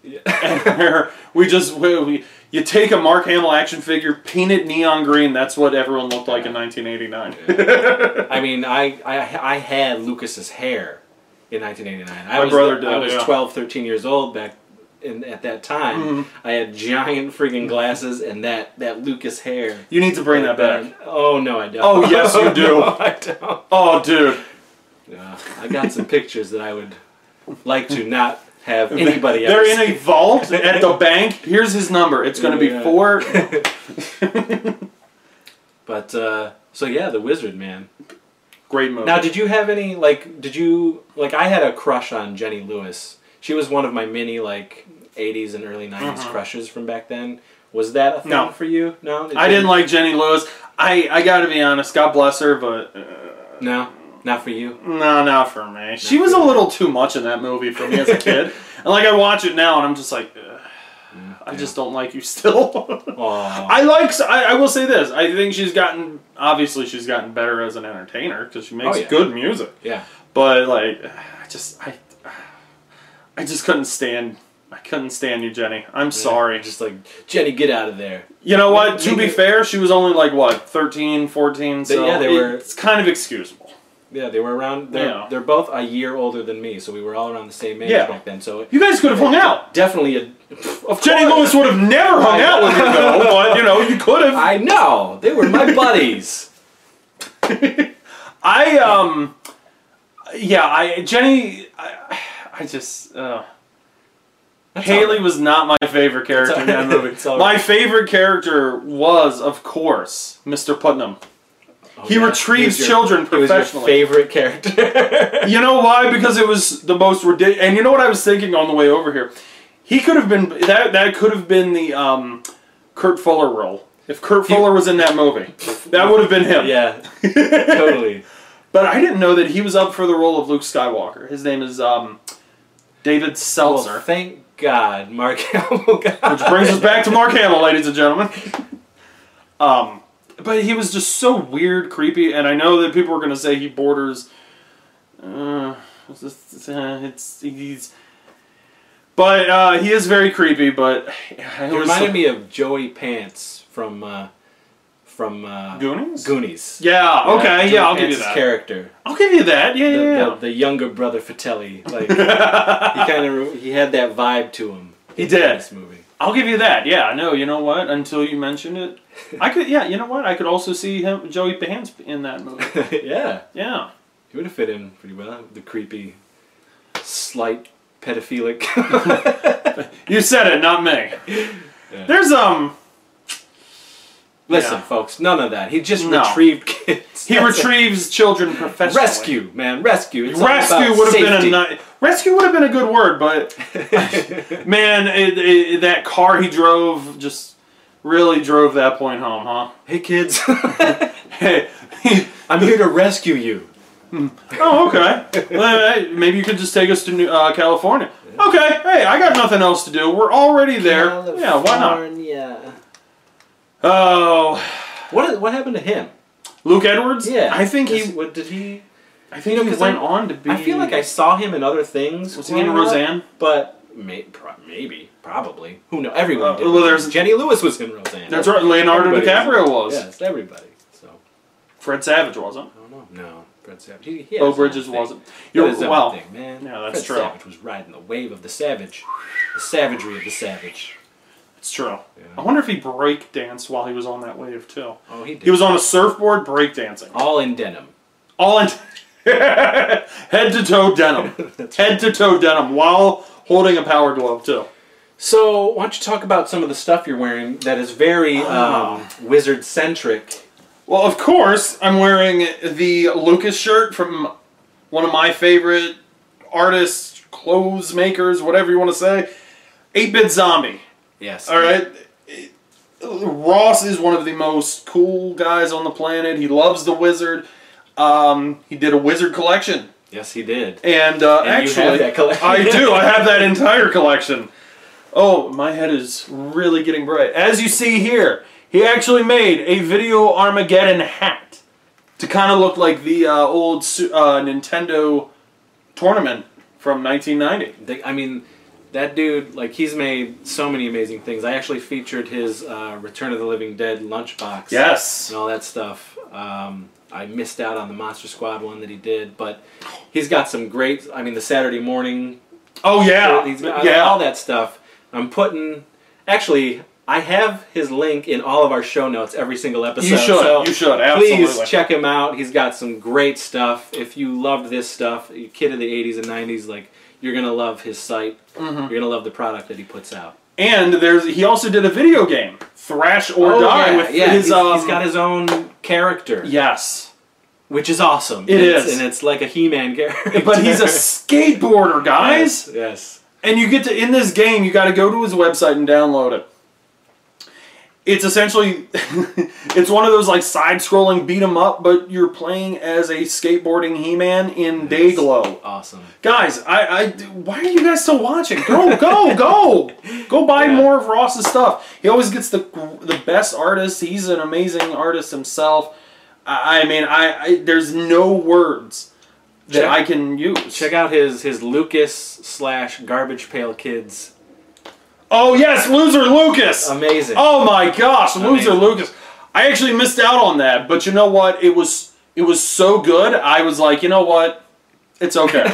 B: and where we just we, we, you take a Mark Hamill action figure, paint it neon green. That's what everyone looked like in 1989.
A: I mean, I, I I had Lucas's hair in 1989. I
B: My
A: was,
B: brother did,
A: I was
B: yeah.
A: 12, 13 years old back in, at that time.
B: Mm-hmm.
A: I had giant freaking glasses and that that Lucas hair.
B: you need to bring that back.
A: Oh no, I don't.
B: Oh, yes, you do.
A: No, I don't.
B: Oh, dude.
A: Yeah, I got some pictures that I would like to not have anybody
B: They're
A: else.
B: in a vault at the bank. Here's his number. It's going to be
A: Yeah.
B: four.
A: but uh, so yeah, the Wizard man.
B: Great movie.
A: Now, did you have any like? Did you like? I had a crush on Jenny Lewis. She was one of my many like '80s and early '90s crushes from back then. Was that a thing
B: Mm-hmm. No.
A: for you? No, It
B: I didn't like Jenny Lewis. I I got to be honest. God bless her, but uh,
A: No, not for you.
B: no, not for me. She
A: Not
B: was
A: for
B: a
A: me.
B: little too much in that movie for me as a kid. and like I watch it now, and I'm just like, ugh, I just don't like you still.
A: Oh,
B: I like. I, I will say this. I think she's gotten. Obviously, she's gotten better as an entertainer because she makes
A: Oh, yeah.
B: good music.
A: yeah.
B: But like, I just I, I just couldn't stand. I couldn't stand you, Jenny. I'm sorry.
A: Just like Jenny, get out of there.
B: You know what?
A: Maybe-
B: To be fair, she was only like what 13, 14, So
A: yeah, they were-
B: It's kind of excusable.
A: Yeah, they were around. They're,
B: Yeah.
A: they're both a year older than me, so we were all around the same age
B: Yeah.
A: back then. So
B: You guys could have hung out.
A: definitely a. Of
B: Jenny
A: course.
B: Lewis would have never hung
A: I
B: out
A: know.
B: with you though, but you know you could have.
A: I know they were my buddies.
B: I um, yeah, I Jenny, I, I just uh, Haley
A: all right.
B: was not my favorite character in that
A: all-
B: movie.
A: it's all
B: My
A: right.
B: favorite character was, of course, Mr. Putnam. he
A: Oh, yeah.
B: retrieves
A: He was your-
B: children
A: He was your
B: professionally.
A: favorite character.
B: You know why? Because it was the most ridiculous. And you know what I was thinking on the way over here? He could have been that. That could have been the um, Kurt Fuller role. If Kurt Fuller was in that movie, that would have been him.
A: yeah, totally.
B: But I didn't know that he was up for the role of Luke Skywalker. His name is um, David
A: Well,
B: Seltzer.
A: thank God, Mark Hamill got
B: which brings us back to Mark Hamill, ladies and gentlemen. Um, but he was just so weird, creepy, and I know that people are going to say he borders. Uh, it's, just- uh, it's he's, but uh, he is very creepy. But it
A: He reminded me of Joey Pants from uh, from uh,
B: Goonies.
A: Goonies.
B: Yeah. Okay. Yeah,
A: Joey
B: I'll give you
A: Pants'
B: that.
A: character.
B: I'll give you that. Yeah.
A: The,
B: Yeah. yeah.
A: the, the younger brother Fratelli, like he kind of he had that vibe to him.
B: He
A: in
B: did.
A: this movie.
B: I'll give you that. Yeah, no, you know what? Until you mentioned it, I could. Yeah, you know what? I could also see him, Joey Behance, in that movie.
A: yeah,
B: Yeah,
A: he would have fit in pretty well. The creepy, slight pedophilic.
B: you said it, not me.
A: Yeah.
B: There's um,
A: Listen,
B: Yeah.
A: folks, none of that. He just
B: No.
A: retrieved kids.
B: he
A: That's it.
B: retrieves children professionally.
A: rescue, man, rescue. It's all
B: Rescue
A: about
B: would have been a
A: safety.
B: ni- rescue would have been a good word, but man, it, it, that car he drove just really drove that point home, huh?
A: Hey kids,
B: Hey,
A: I'm here to rescue you.
B: Oh, okay. Well, hey, Maybe you could just take us to New, uh, California. Okay. Hey, I got nothing else to do. We're already there. Yeah, why not?
A: Yeah.
B: Oh,
A: What what happened to him?
B: Luke Edwards.
A: Yeah.
B: I think
A: Does-
B: he.
A: what did he
B: I
A: you
B: think
A: know,
B: he
A: 'cause
B: went
A: I-
B: on to be.
A: I feel like I saw him in other things.
B: Was he in
A: growing up,
B: Roseanne?
A: but may, pro- maybe probably who knows? Everyone
B: Uh,
A: did.
B: well,
A: Roseanne.
B: there's-
A: Jenny Lewis was in Roseanne.
B: That's right. Leonardo
A: Everybody
B: DiCaprio was.
A: Yes, everybody. So
B: Fred Savage wasn't.
A: I don't know. No, Fred Savage. He, he had
B: Bo
A: his own
B: Bridges
A: thing.
B: wasn't.
A: He
B: You're,
A: had his own
B: well,
A: thing, man.
B: yeah, that's
A: Fred
B: true.
A: Savage was riding the wave of the savage, the savagery of the savage.
B: it's true. I wonder if he break danced while he was on that wave too.
A: Oh, he did.
B: He was on a surfboard break dancing.
A: all in denim.
B: All in head to toe denim. head to toe denim while holding a power glove too.
A: So, why don't you talk about some of the stuff you're wearing that is very um, wizard centric?
B: Well, of course, I'm wearing the Lucas shirt from one of my favorite artists, clothes makers, whatever you want to say. 8 bit zombie.
A: Yes.
B: All right. Ross is one of the most cool guys on the planet. He loves the wizard. Um, he did a wizard collection.
A: Yes, he did.
B: And, uh,
A: And you
B: actually,
A: have that collection.
B: I do. I have that entire collection. Oh, my head is really getting bright. As you see here, he actually made a video Armageddon hat to kind of look like the uh, old su- uh, Nintendo tournament from 1990.
A: The- I mean, that dude, like, he's made so many amazing things. I actually featured his uh, Return of the Living Dead lunchbox.
B: Yes.
A: and all that stuff. Um, I missed out on the Monster Squad one that he did, but he's got some great. I mean, the Saturday morning,
B: Oh yeah.
A: he's got all
B: yeah.
A: that stuff. I'm putting. Actually, I have his link in all of our show notes every single episode.
B: You should.
A: so
B: you should. Absolutely.
A: Please check him out. He's got some great stuff. If you loved this stuff, you kid of the '80s and '90s, like you're gonna love his site.
B: Mm-hmm.
A: You're gonna love the product that he puts out.
B: And there's he also did a video game, Thrash or Die,
A: Oh, yeah,
B: with
A: yeah,
B: his
A: he's-
B: um.
A: he's got his own character.
B: yes.
A: which is awesome.
B: It
A: It's-
B: is.
A: and it's like a He-Man character.
B: But he's a skateboarder, guys.
A: yes, yes,
B: And you get to in this game, you got to go to his website and download it. It's essentially it's one of those like side-scrolling beat 'em up, but you're playing as a skateboarding He-Man in Dayglow.
A: awesome.
B: Guys, I, I why are you guys still watching? Go, go, go, go! Buy
A: Yeah.
B: more of Ross's stuff. He always gets the the best artists. He's an amazing artist himself. I, I mean, I, I there's no words that
A: Check-
B: I can use.
A: Check out his his Lucas slash Garbage Pail Kids.
B: Oh yes, loser Lucas.
A: Amazing.
B: Oh my gosh, loser
A: Amazing.
B: Lucas. I actually missed out on that, but you know what? It was it was so good. I was like, you know what? It's okay.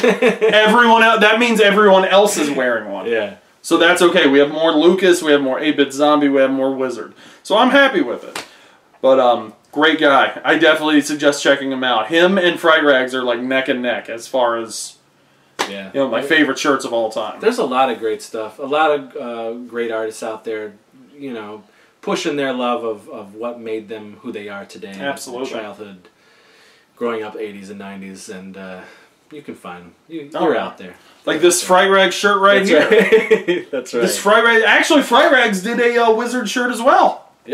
B: everyone else, that means everyone else is wearing one.
A: Yeah.
B: So that's okay. We have more Lucas, we have more 8-bit zombie, we have more wizard. So I'm happy with it. But um great guy. I definitely suggest checking him out. Him and Fright Rags are like neck and neck as far as
A: Yeah.
B: you know my favorite shirts of all time.
A: There's a lot of great stuff. A lot of uh, great artists out there, you know, pushing their love of, of what made them who they are today.
B: Absolutely.
A: Childhood, growing up 80s and 90s, and uh, you can find them. You,
B: Oh,
A: you're
B: yeah.
A: out there.
B: Like this Fright Rags shirt right
A: That's
B: here.
A: right. That's right.
B: This Fright Rags, actually, Fright Rags did a uh, wizard shirt as well.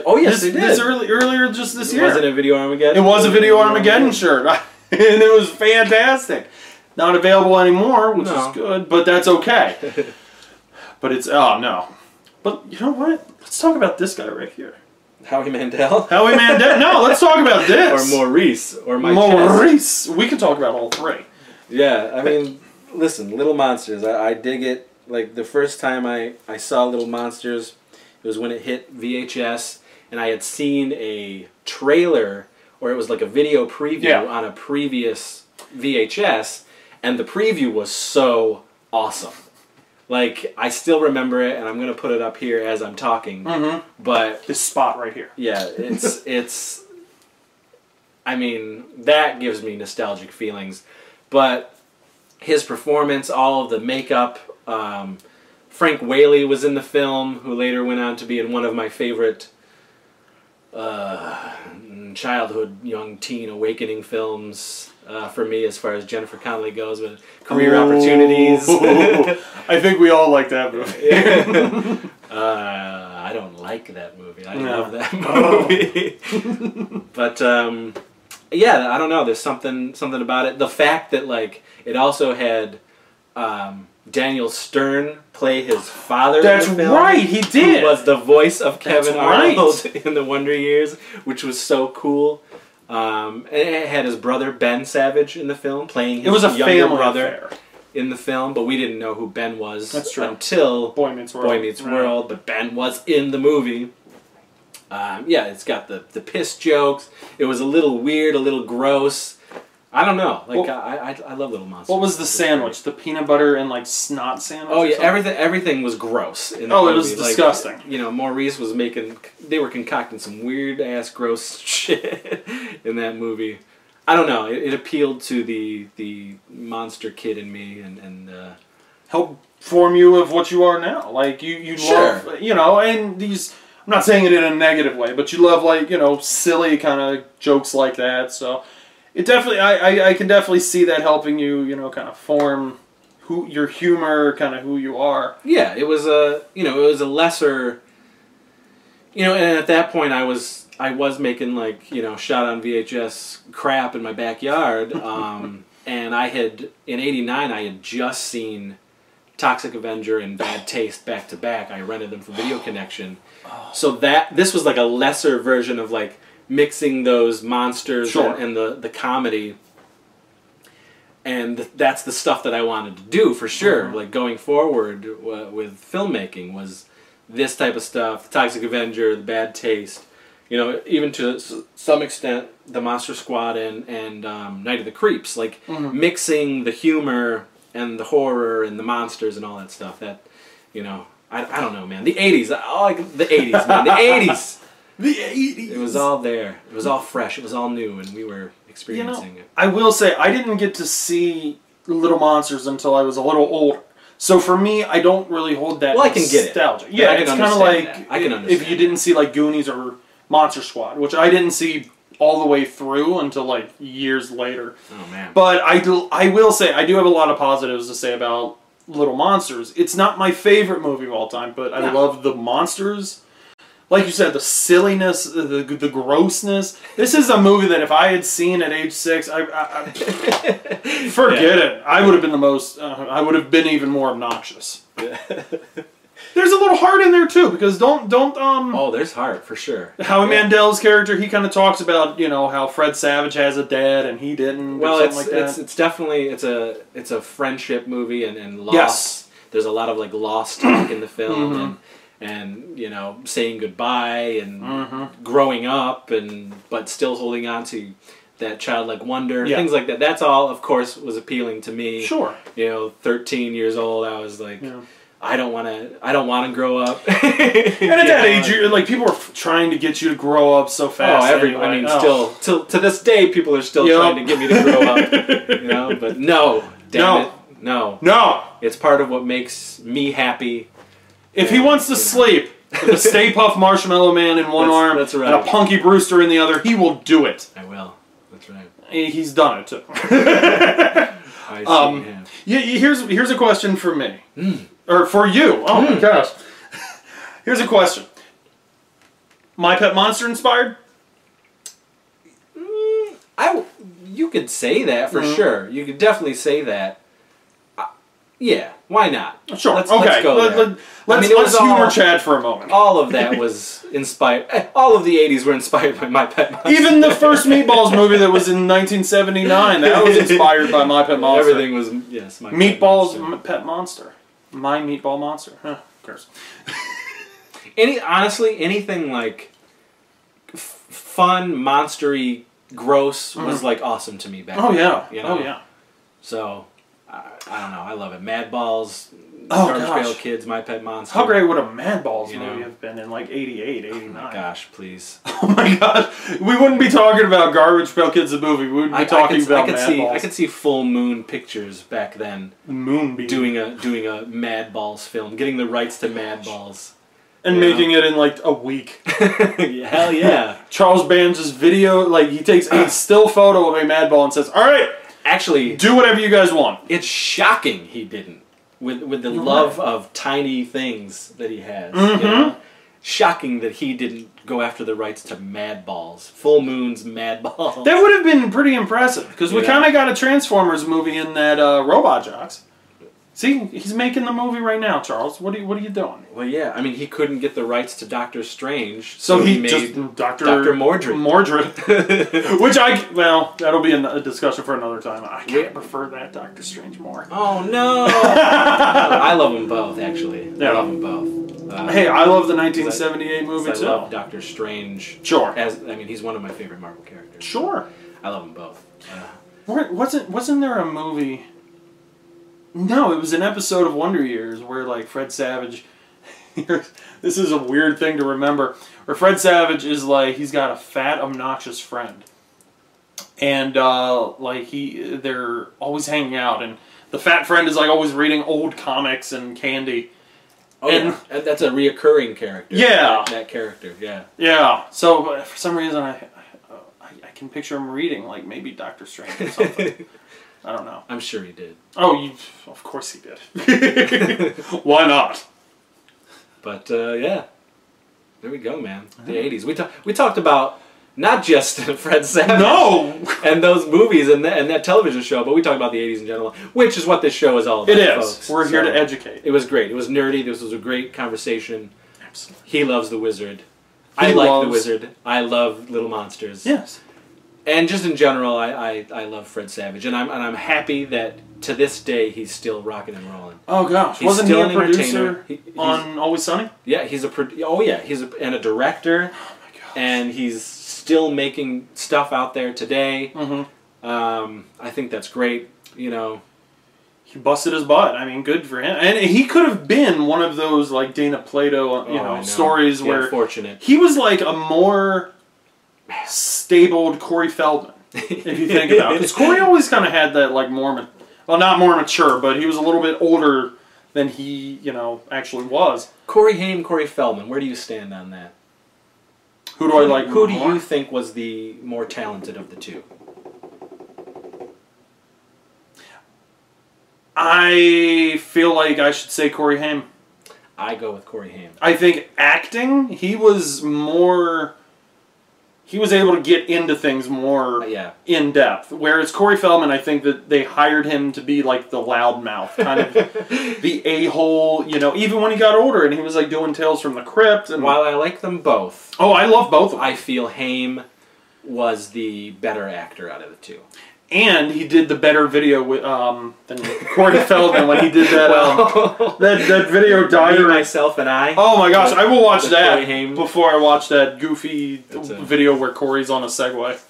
A: oh yes,
B: this,
A: they did.
B: This early, earlier just this year.
A: Wasn't it Video Armageddon?
B: it was a Video Armageddon shirt, and it was fantastic. Not available anymore, which
A: No.
B: is good, but that's okay. but it's oh no. But you know what? Let's talk about this guy right here,
A: Howie Mandel.
B: Howie Mandel. no, let's talk about
A: or
B: this.
A: Maurice or my chest.
B: Maurice. We can talk about all three.
A: Yeah, I mean, listen, Little Monsters. I, I dig it. Like the first time I I saw Little Monsters, it was when it hit VHS, and I had seen a trailer or it was like a video preview
B: Yeah.
A: on a previous VHS, and the preview was so awesome. Like I still remember it, and I'm gonna put it up here as I'm talking. But
B: This spot right here.
A: Yeah, it's it's. I mean, that gives me nostalgic feelings, but his performance, all of the makeup. Um, Frank Whaley was in the film, who later went on to be in one of my favorite uh, childhood, young teen awakening films uh, for me, as far as Jennifer Connelly goes, with career opportunities.
B: I think we all like that movie.
A: Uh, I don't like that movie. I
B: No. Oh.
A: love that movie. but um, yeah, I don't know. There's something something about it. The fact that like it also had um, Daniel Stern play his father.
B: That's
A: in the film,
B: right, he did.
A: Who was the voice of Kevin
B: right.
A: Arnold in the Wonder Years, which was so cool. Um, and it had his brother Ben Savage in the film playing his
B: It was a
A: younger
B: family
A: brother
B: affair.
A: in the film, but we didn't know who Ben was
B: That's true.
A: until
B: Boy Meets World.
A: Boy Meets
B: Right.
A: World, but Ben was in the movie. Um, yeah, it's got the, the piss jokes. It was a little weird, a little gross. I don't know. Like
B: Well-
A: I, I, I love Little Monsters.
B: What was the
A: It's
B: sandwich? The peanut butter and like snot sandwich?
A: great. Oh
B: or
A: yeah,
B: something?
A: everything everything was gross. In the
B: Oh, it
A: movie.
B: was
A: Like,
B: disgusting.
A: you know, Maurice was making. They were concocting some weird ass gross shit in that movie. I don't know. It, it appealed to the the monster kid in me, and and uh,
B: help form you of what you are now. Like you, you
A: Sure.
B: love, you know, and these. I'm not saying it in a negative way, but you love like you know silly kind of jokes like that. So it definitely, I, I, I can definitely see that helping you, you know, kind of form who your humor, kind of who you are.
A: yeah it was a you know it was a lesser you know and at that point i was i was making like you know shot on vhs crap in my backyard um and i had in 89 i had just seen toxic avenger and bad taste back to back i rented them from video connection so that this was like a lesser version of like mixing those monsters
B: Sure.
A: and, and the the comedy and that's the stuff that I wanted to do for sure. Like going forward uh, with filmmaking was this type of stuff: Toxic Avenger, The Bad Taste, you know, even to s- some extent, The Monster Squad and and um, Night of the Creeps. Like mixing the humor and the horror and the monsters and all that stuff. That you know, I, I don't know, man. The '80s, all I, could- the '80s, man, the e, '80s.
B: The 80s.
A: It was all there. It was all fresh. It was all new, and we were
B: You know,
A: experiencing it.
B: I will say I didn't get to see Little Monsters until I was a little older. So for me, I don't really hold that.
A: Well, I can get it.
B: nostalgia.
A: But
B: Yeah,
A: I can
B: it's kind of
A: understand
B: like
A: that. I can
B: if- if you
A: understand
B: didn't see like Goonies or Monster Squad, which I didn't see all the way through until like years later.
A: Oh man.
B: But I do, I will say I do have a lot of positives to say about Little Monsters. It's not my favorite movie of all time, but I
A: No.
B: love the monsters. Like you said, the silliness, the the grossness. This is a movie that if I had seen at age six, I, I, I forget it. I would have been the most. Uh, I would have been even more obnoxious. There's a little heart in there too, because don't don't um.
A: Oh, there's heart for sure. Oh,
B: Howie
A: Yeah.
B: Mandel's character, he kind of talks about you know how Fred Savage has a dad and he didn't.
A: Well,
B: or
A: it's
B: something like that.
A: it's it's definitely it's a it's a friendship movie and and loss.
B: Yes.
A: There's a lot of like loss talk in the film and and you know saying goodbye and growing up and but still holding on to that childlike wonder
B: Yeah.
A: things like that. That's all, of course, was appealing to me.
B: Sure.
A: You know, 13 years old, I was like.
B: Yeah.
A: I don't want to. I don't want to grow up.
B: And at that age, you're, like people are f- trying to get you to grow up so
A: Oh,
B: fast.
A: every, I
B: anyway.
A: mean,
B: Oh.
A: still to, to this day, people are still
B: Yep.
A: trying to get me to grow up. You know, but no, damn
B: No.
A: it, no.
B: No,
A: It's part of what makes me happy.
B: if he wants to
A: Yeah.
B: sleep with a Stay Puff Marshmallow Man in one
A: That's-
B: arm
A: that's right.
B: and a Punky Brewster in the other, he will do it.
A: I will. That's right.
B: He's done it too.
A: I
B: Um,
A: see. Yeah.
B: Yeah, yeah, here's here's a question for me,
A: Hmm.
B: or for you. Oh my gosh, here's a question. My Pet Monster inspired?
A: I w- you could say that
B: Mm-hmm.
A: for sure. You could definitely say that. Uh, yeah. Why not?
B: Sure.
A: Let's,
B: okay.
A: Let's go
B: Let,
A: there.
B: let, let's,
A: mean, it
B: let's
A: was uh,
B: humor
A: all-
B: Chad for a moment.
A: all of that was inspired. eh, All of the '80s were inspired by my pet. Monster.
B: Even the first Meatballs movie that was in 1979, that was inspired by My Pet Monster.
A: Everything was yes. My Pet
B: Meatballs,
A: Monster.
B: m pet monster. My meatball monster. Huh, of course.
A: any honestly anything like f- fun monstery gross was like awesome to me back
B: Mm-hmm. Oh,
A: then,
B: yeah.
A: you know?
B: Oh, yeah.
A: so I, I don't know i love it mad balls
B: Oh,
A: garbage
B: gosh.
A: pail kids my pet monster
B: How great would a Mad Balls
A: You
B: movie
A: know? Oh,
B: have been in like 88, 89?
A: gosh please
B: Oh, my gosh. We wouldn't be talking about Garbage Pail Kids, the movie. We would be
A: I, I
B: talking
A: could,
B: about
A: I could
B: Mad
A: see
B: Balls.
A: i could see full moon pictures back then
B: Moonbeam.
A: doing a doing a mad balls film getting the rights to mad balls
B: and
A: yeah.
B: making it in like a week.
A: hell yeah
B: Charles Band just video, like, he takes a still photo of a Mad Ball and says, All right,
A: actually
B: do whatever you guys want.
A: it's shocking he didn't with with the love of tiny things that he has. you
B: Mm-hmm.
A: know? Shocking that he didn't go after the rights to Mad Balls, Full Moon's Mad Balls.
B: That would have been pretty impressive because we
A: Yeah.
B: kind of got a Transformers movie in that uh, Robot Jocks. See, he's making the movie right now, Charles. What are you, what are you doing?
A: well, yeah, I mean he couldn't get the rights to Doctor Strange,
B: So, he,
A: made.
B: just Doctor
A: Dr. Mordred.
B: Mordred, which I well, that'll be an- a discussion for another time. I
A: Yeah.
B: can't prefer that Doctor Strange more.
A: oh no! I love them both, actually.
B: Yeah.
A: I love them both. Uh,
B: Hey, I love the 1978 movie
A: I
B: too.
A: love Doctor Strange.
B: Sure.
A: As I mean, he's one of my favorite Marvel characters.
B: Sure.
A: I love them both. Uh,
B: Weren't- Wasn't wasn't there a movie? No, it was an episode of Wonder Years where like Fred Savage. this is a weird thing to remember. Where Fred Savage is like he's got a fat, obnoxious friend, and uh, like he they're always hanging out, and the fat friend is like always reading old comics and candy.
A: oh,
B: And-
A: yeah. that's a reoccurring character.
B: Yeah.
A: that- that character. Yeah.
B: Yeah. So uh, for some reason I. I I can picture him reading like maybe Doctor Strange or something. I don't know.
A: I'm sure he did.
B: Oh, you, of course he did. Why not?
A: But uh, yeah, there we go, man. The '80s. We talked. We talked about not just Fred Savage
B: No,
A: and those movies and, that and that television show, but we talked about the '80s in general, which is what this show is all about.
B: it is.
A: folks.
B: We're here
A: So,
B: to educate.
A: It was great. It was nerdy. This was a great conversation.
B: Absolutely.
A: He loves the wizard. I
B: He
A: like
B: loves-
A: the wizard. I love little monsters.
B: Yes.
A: And just in general, I, I, I love Fred Savage, and I'm and I'm happy that to this day he's still rocking and rolling.
B: Oh gosh,
A: He's
B: wasn't
A: still
B: he
A: an
B: a producer
A: entertainer. He- he's-
B: on Always Sunny?
A: Yeah, he's a pro- oh yeah, he's a, and a director.
B: Oh my gosh.
A: and he's still making stuff out there today.
B: Mhm.
A: Um, I think that's great. You know,
B: he busted his butt. I mean, good for him. And he could have been one of those like Dana Plato, uh, you
A: Oh,
B: know,
A: I know.
B: stories
A: Yeah,
B: where
A: fortunate.
B: he was like a more stabled Corey Feldman, if you think about it. Because Corey always kind of had that like Mormon, well, not more mature, but he was a little bit older than he, you know, actually was.
A: Corey Haim, Corey Feldman. Where do you stand on that?
B: Who do I like?
A: Who do
B: more?
A: you think was the more talented of the two?
B: I feel like I should say Corey Haim.
A: I go with Corey Haim.
B: I think acting, he was more. He was able to get into things more
A: Uh, Oh, Yeah,
B: in depth. Whereas Corey Feldman, I think that they hired him to be like the loudmouth, kind of the a hole, you know, even when he got older and he was like doing Tales from the Crypt. And
A: while I like them both,
B: Oh, I love both of them.
A: I feel Haim was the better actor out of the two.
B: And he did the better video with, um, than Corey Feldman when he did that, um, that, that video
A: Me,
B: diary.
A: myself, and I.
B: Oh my gosh, I will watch
A: With Corey
B: that
A: Haim.
B: before I watch that goofy
A: That's a-
B: video where Corey's on a Segway.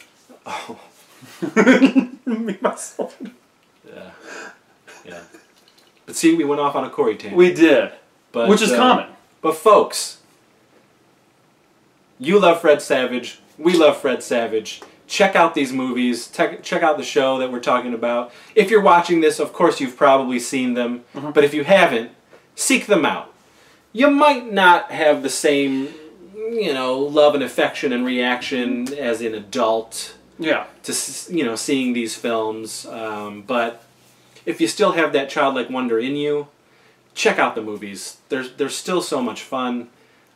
A: Oh,
B: Me, myself.
A: yeah, yeah. But see, we went off on a Corey tangent.
B: We did,
A: but,
B: which is
A: uh,
B: common.
A: But folks, you love Fred Savage. We love Fred Savage. Check out these movies. Tech check out the show that we're talking about. If you're watching this, of course you've probably seen them.
B: Mm-hmm.
A: But if you haven't, seek them out. You might not have the same, you know, love and affection and reaction as an adult
B: Yeah.
A: to s- you know seeing these films. Um, but if you still have that childlike wonder in you, check out the movies. There's there's still so much fun,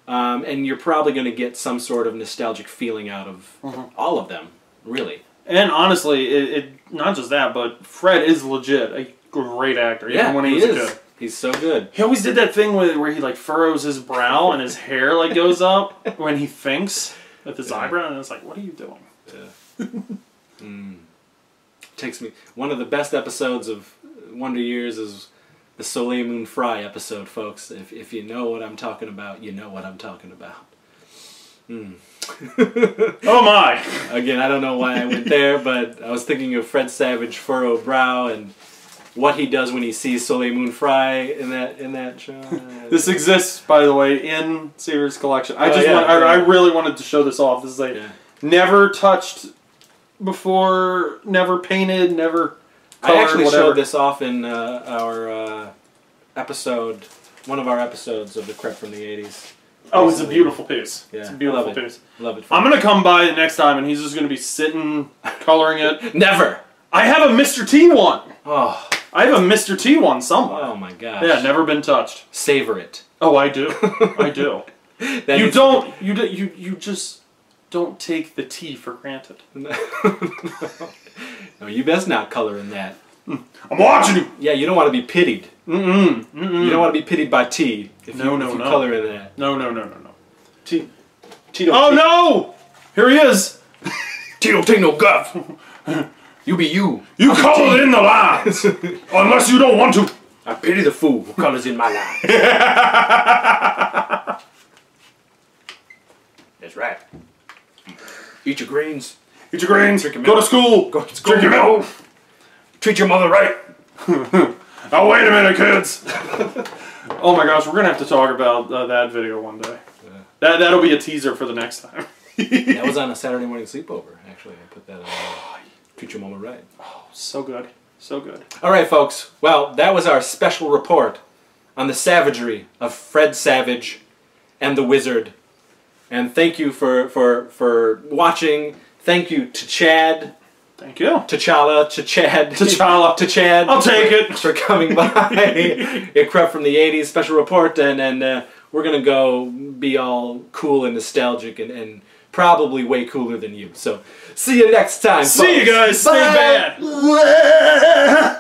A: um, and you're probably going to get some sort of nostalgic feeling out of all of them. Really,
B: And honestly, it, it not just that, but Fred is legit a great actor. even
A: yeah,
B: when he,
A: he
B: was a
A: is.
B: kid.
A: He's so good.
B: He always did that thing with, where he like furrows his brow and his hair like goes up when he thinks with his
A: Yeah.
B: eyebrow, and it's like, what are you doing?
A: Takes me one of the best episodes of Wonder Years is the Soleil Moon Fry episode, folks. If if you know what I'm talking about, you know what I'm talking about.
B: Oh my!
A: Again, I don't know why I went there, but I was thinking of Fred Savage furrow brow and what he does when he sees Soleil Moon Fry in that in that show.
B: This exists, by the way, in Sears' collection. I
A: Oh,
B: just
A: yeah,
B: want, I,
A: yeah.
B: I really wanted to show this off. This is like
A: Yeah.
B: never touched before, never painted, never. Colored,
A: I actually
B: whatever.
A: showed this off in uh, our uh, episode, one of our episodes of the Crep from the '80s.
B: Oh, it's a beautiful piece.
A: Yeah,
B: it's a
A: I
B: beautiful
A: love it.
B: piece.
A: Love it.
B: I'm gonna come by the next time, and he's just gonna be sitting, coloring it.
A: never.
B: I have a Mr. T one.
A: Oh,
B: I have a Mr. T one somewhere.
A: oh my gosh.
B: Yeah, never been touched.
A: Savor it.
B: Oh, I do. I do.
A: That
B: you
A: is-
B: don't. You do, you you just don't take the tea for granted.
A: no, you best not color in that.
B: I'm watching you.
A: Yeah, you don't want to be pitied.
B: Mm-mm. Mm-mm.
A: You don't want to be pitied by tea if
B: No,
A: you,
B: no,
A: if you
B: no.
A: color in that.
B: No, no, no, no, no.
A: Tea. Tito.
B: Oh no! Here he is.
A: Tea don't take no guff. you be you.
B: You colored in the lines, unless you don't want to.
A: I pity the fool who colors in my line. That's right. Eat your greens.
B: Eat your grains.
A: your
B: Go to
A: milk.
B: school.
A: Go to school.
B: Drink your milk.
A: Treat your mother right.
B: Oh, wait a minute, kids! oh my gosh, we're gonna have to talk about uh, that video one day. That, that'll be a teaser for the next time.
A: That was on a Saturday morning sleepover, actually. I put that on. Treat your mama right.
B: so good. So good.
A: All right, folks. Well, that was our special report on the savagery of Fred Savage and the Wizard. And thank you for for for watching. Thank you to Chad
B: Thank you.
A: T'Challa, to Chad,
B: T'Challa.
A: to Chad.
B: I'll take it.
A: for coming by. Increp from the '80s special report, and and uh, we're gonna go be all cool and nostalgic, and, and probably way cooler than you. So see you next time.
B: See you
A: folks.
B: guys. Stay
A: Bye.
B: bad.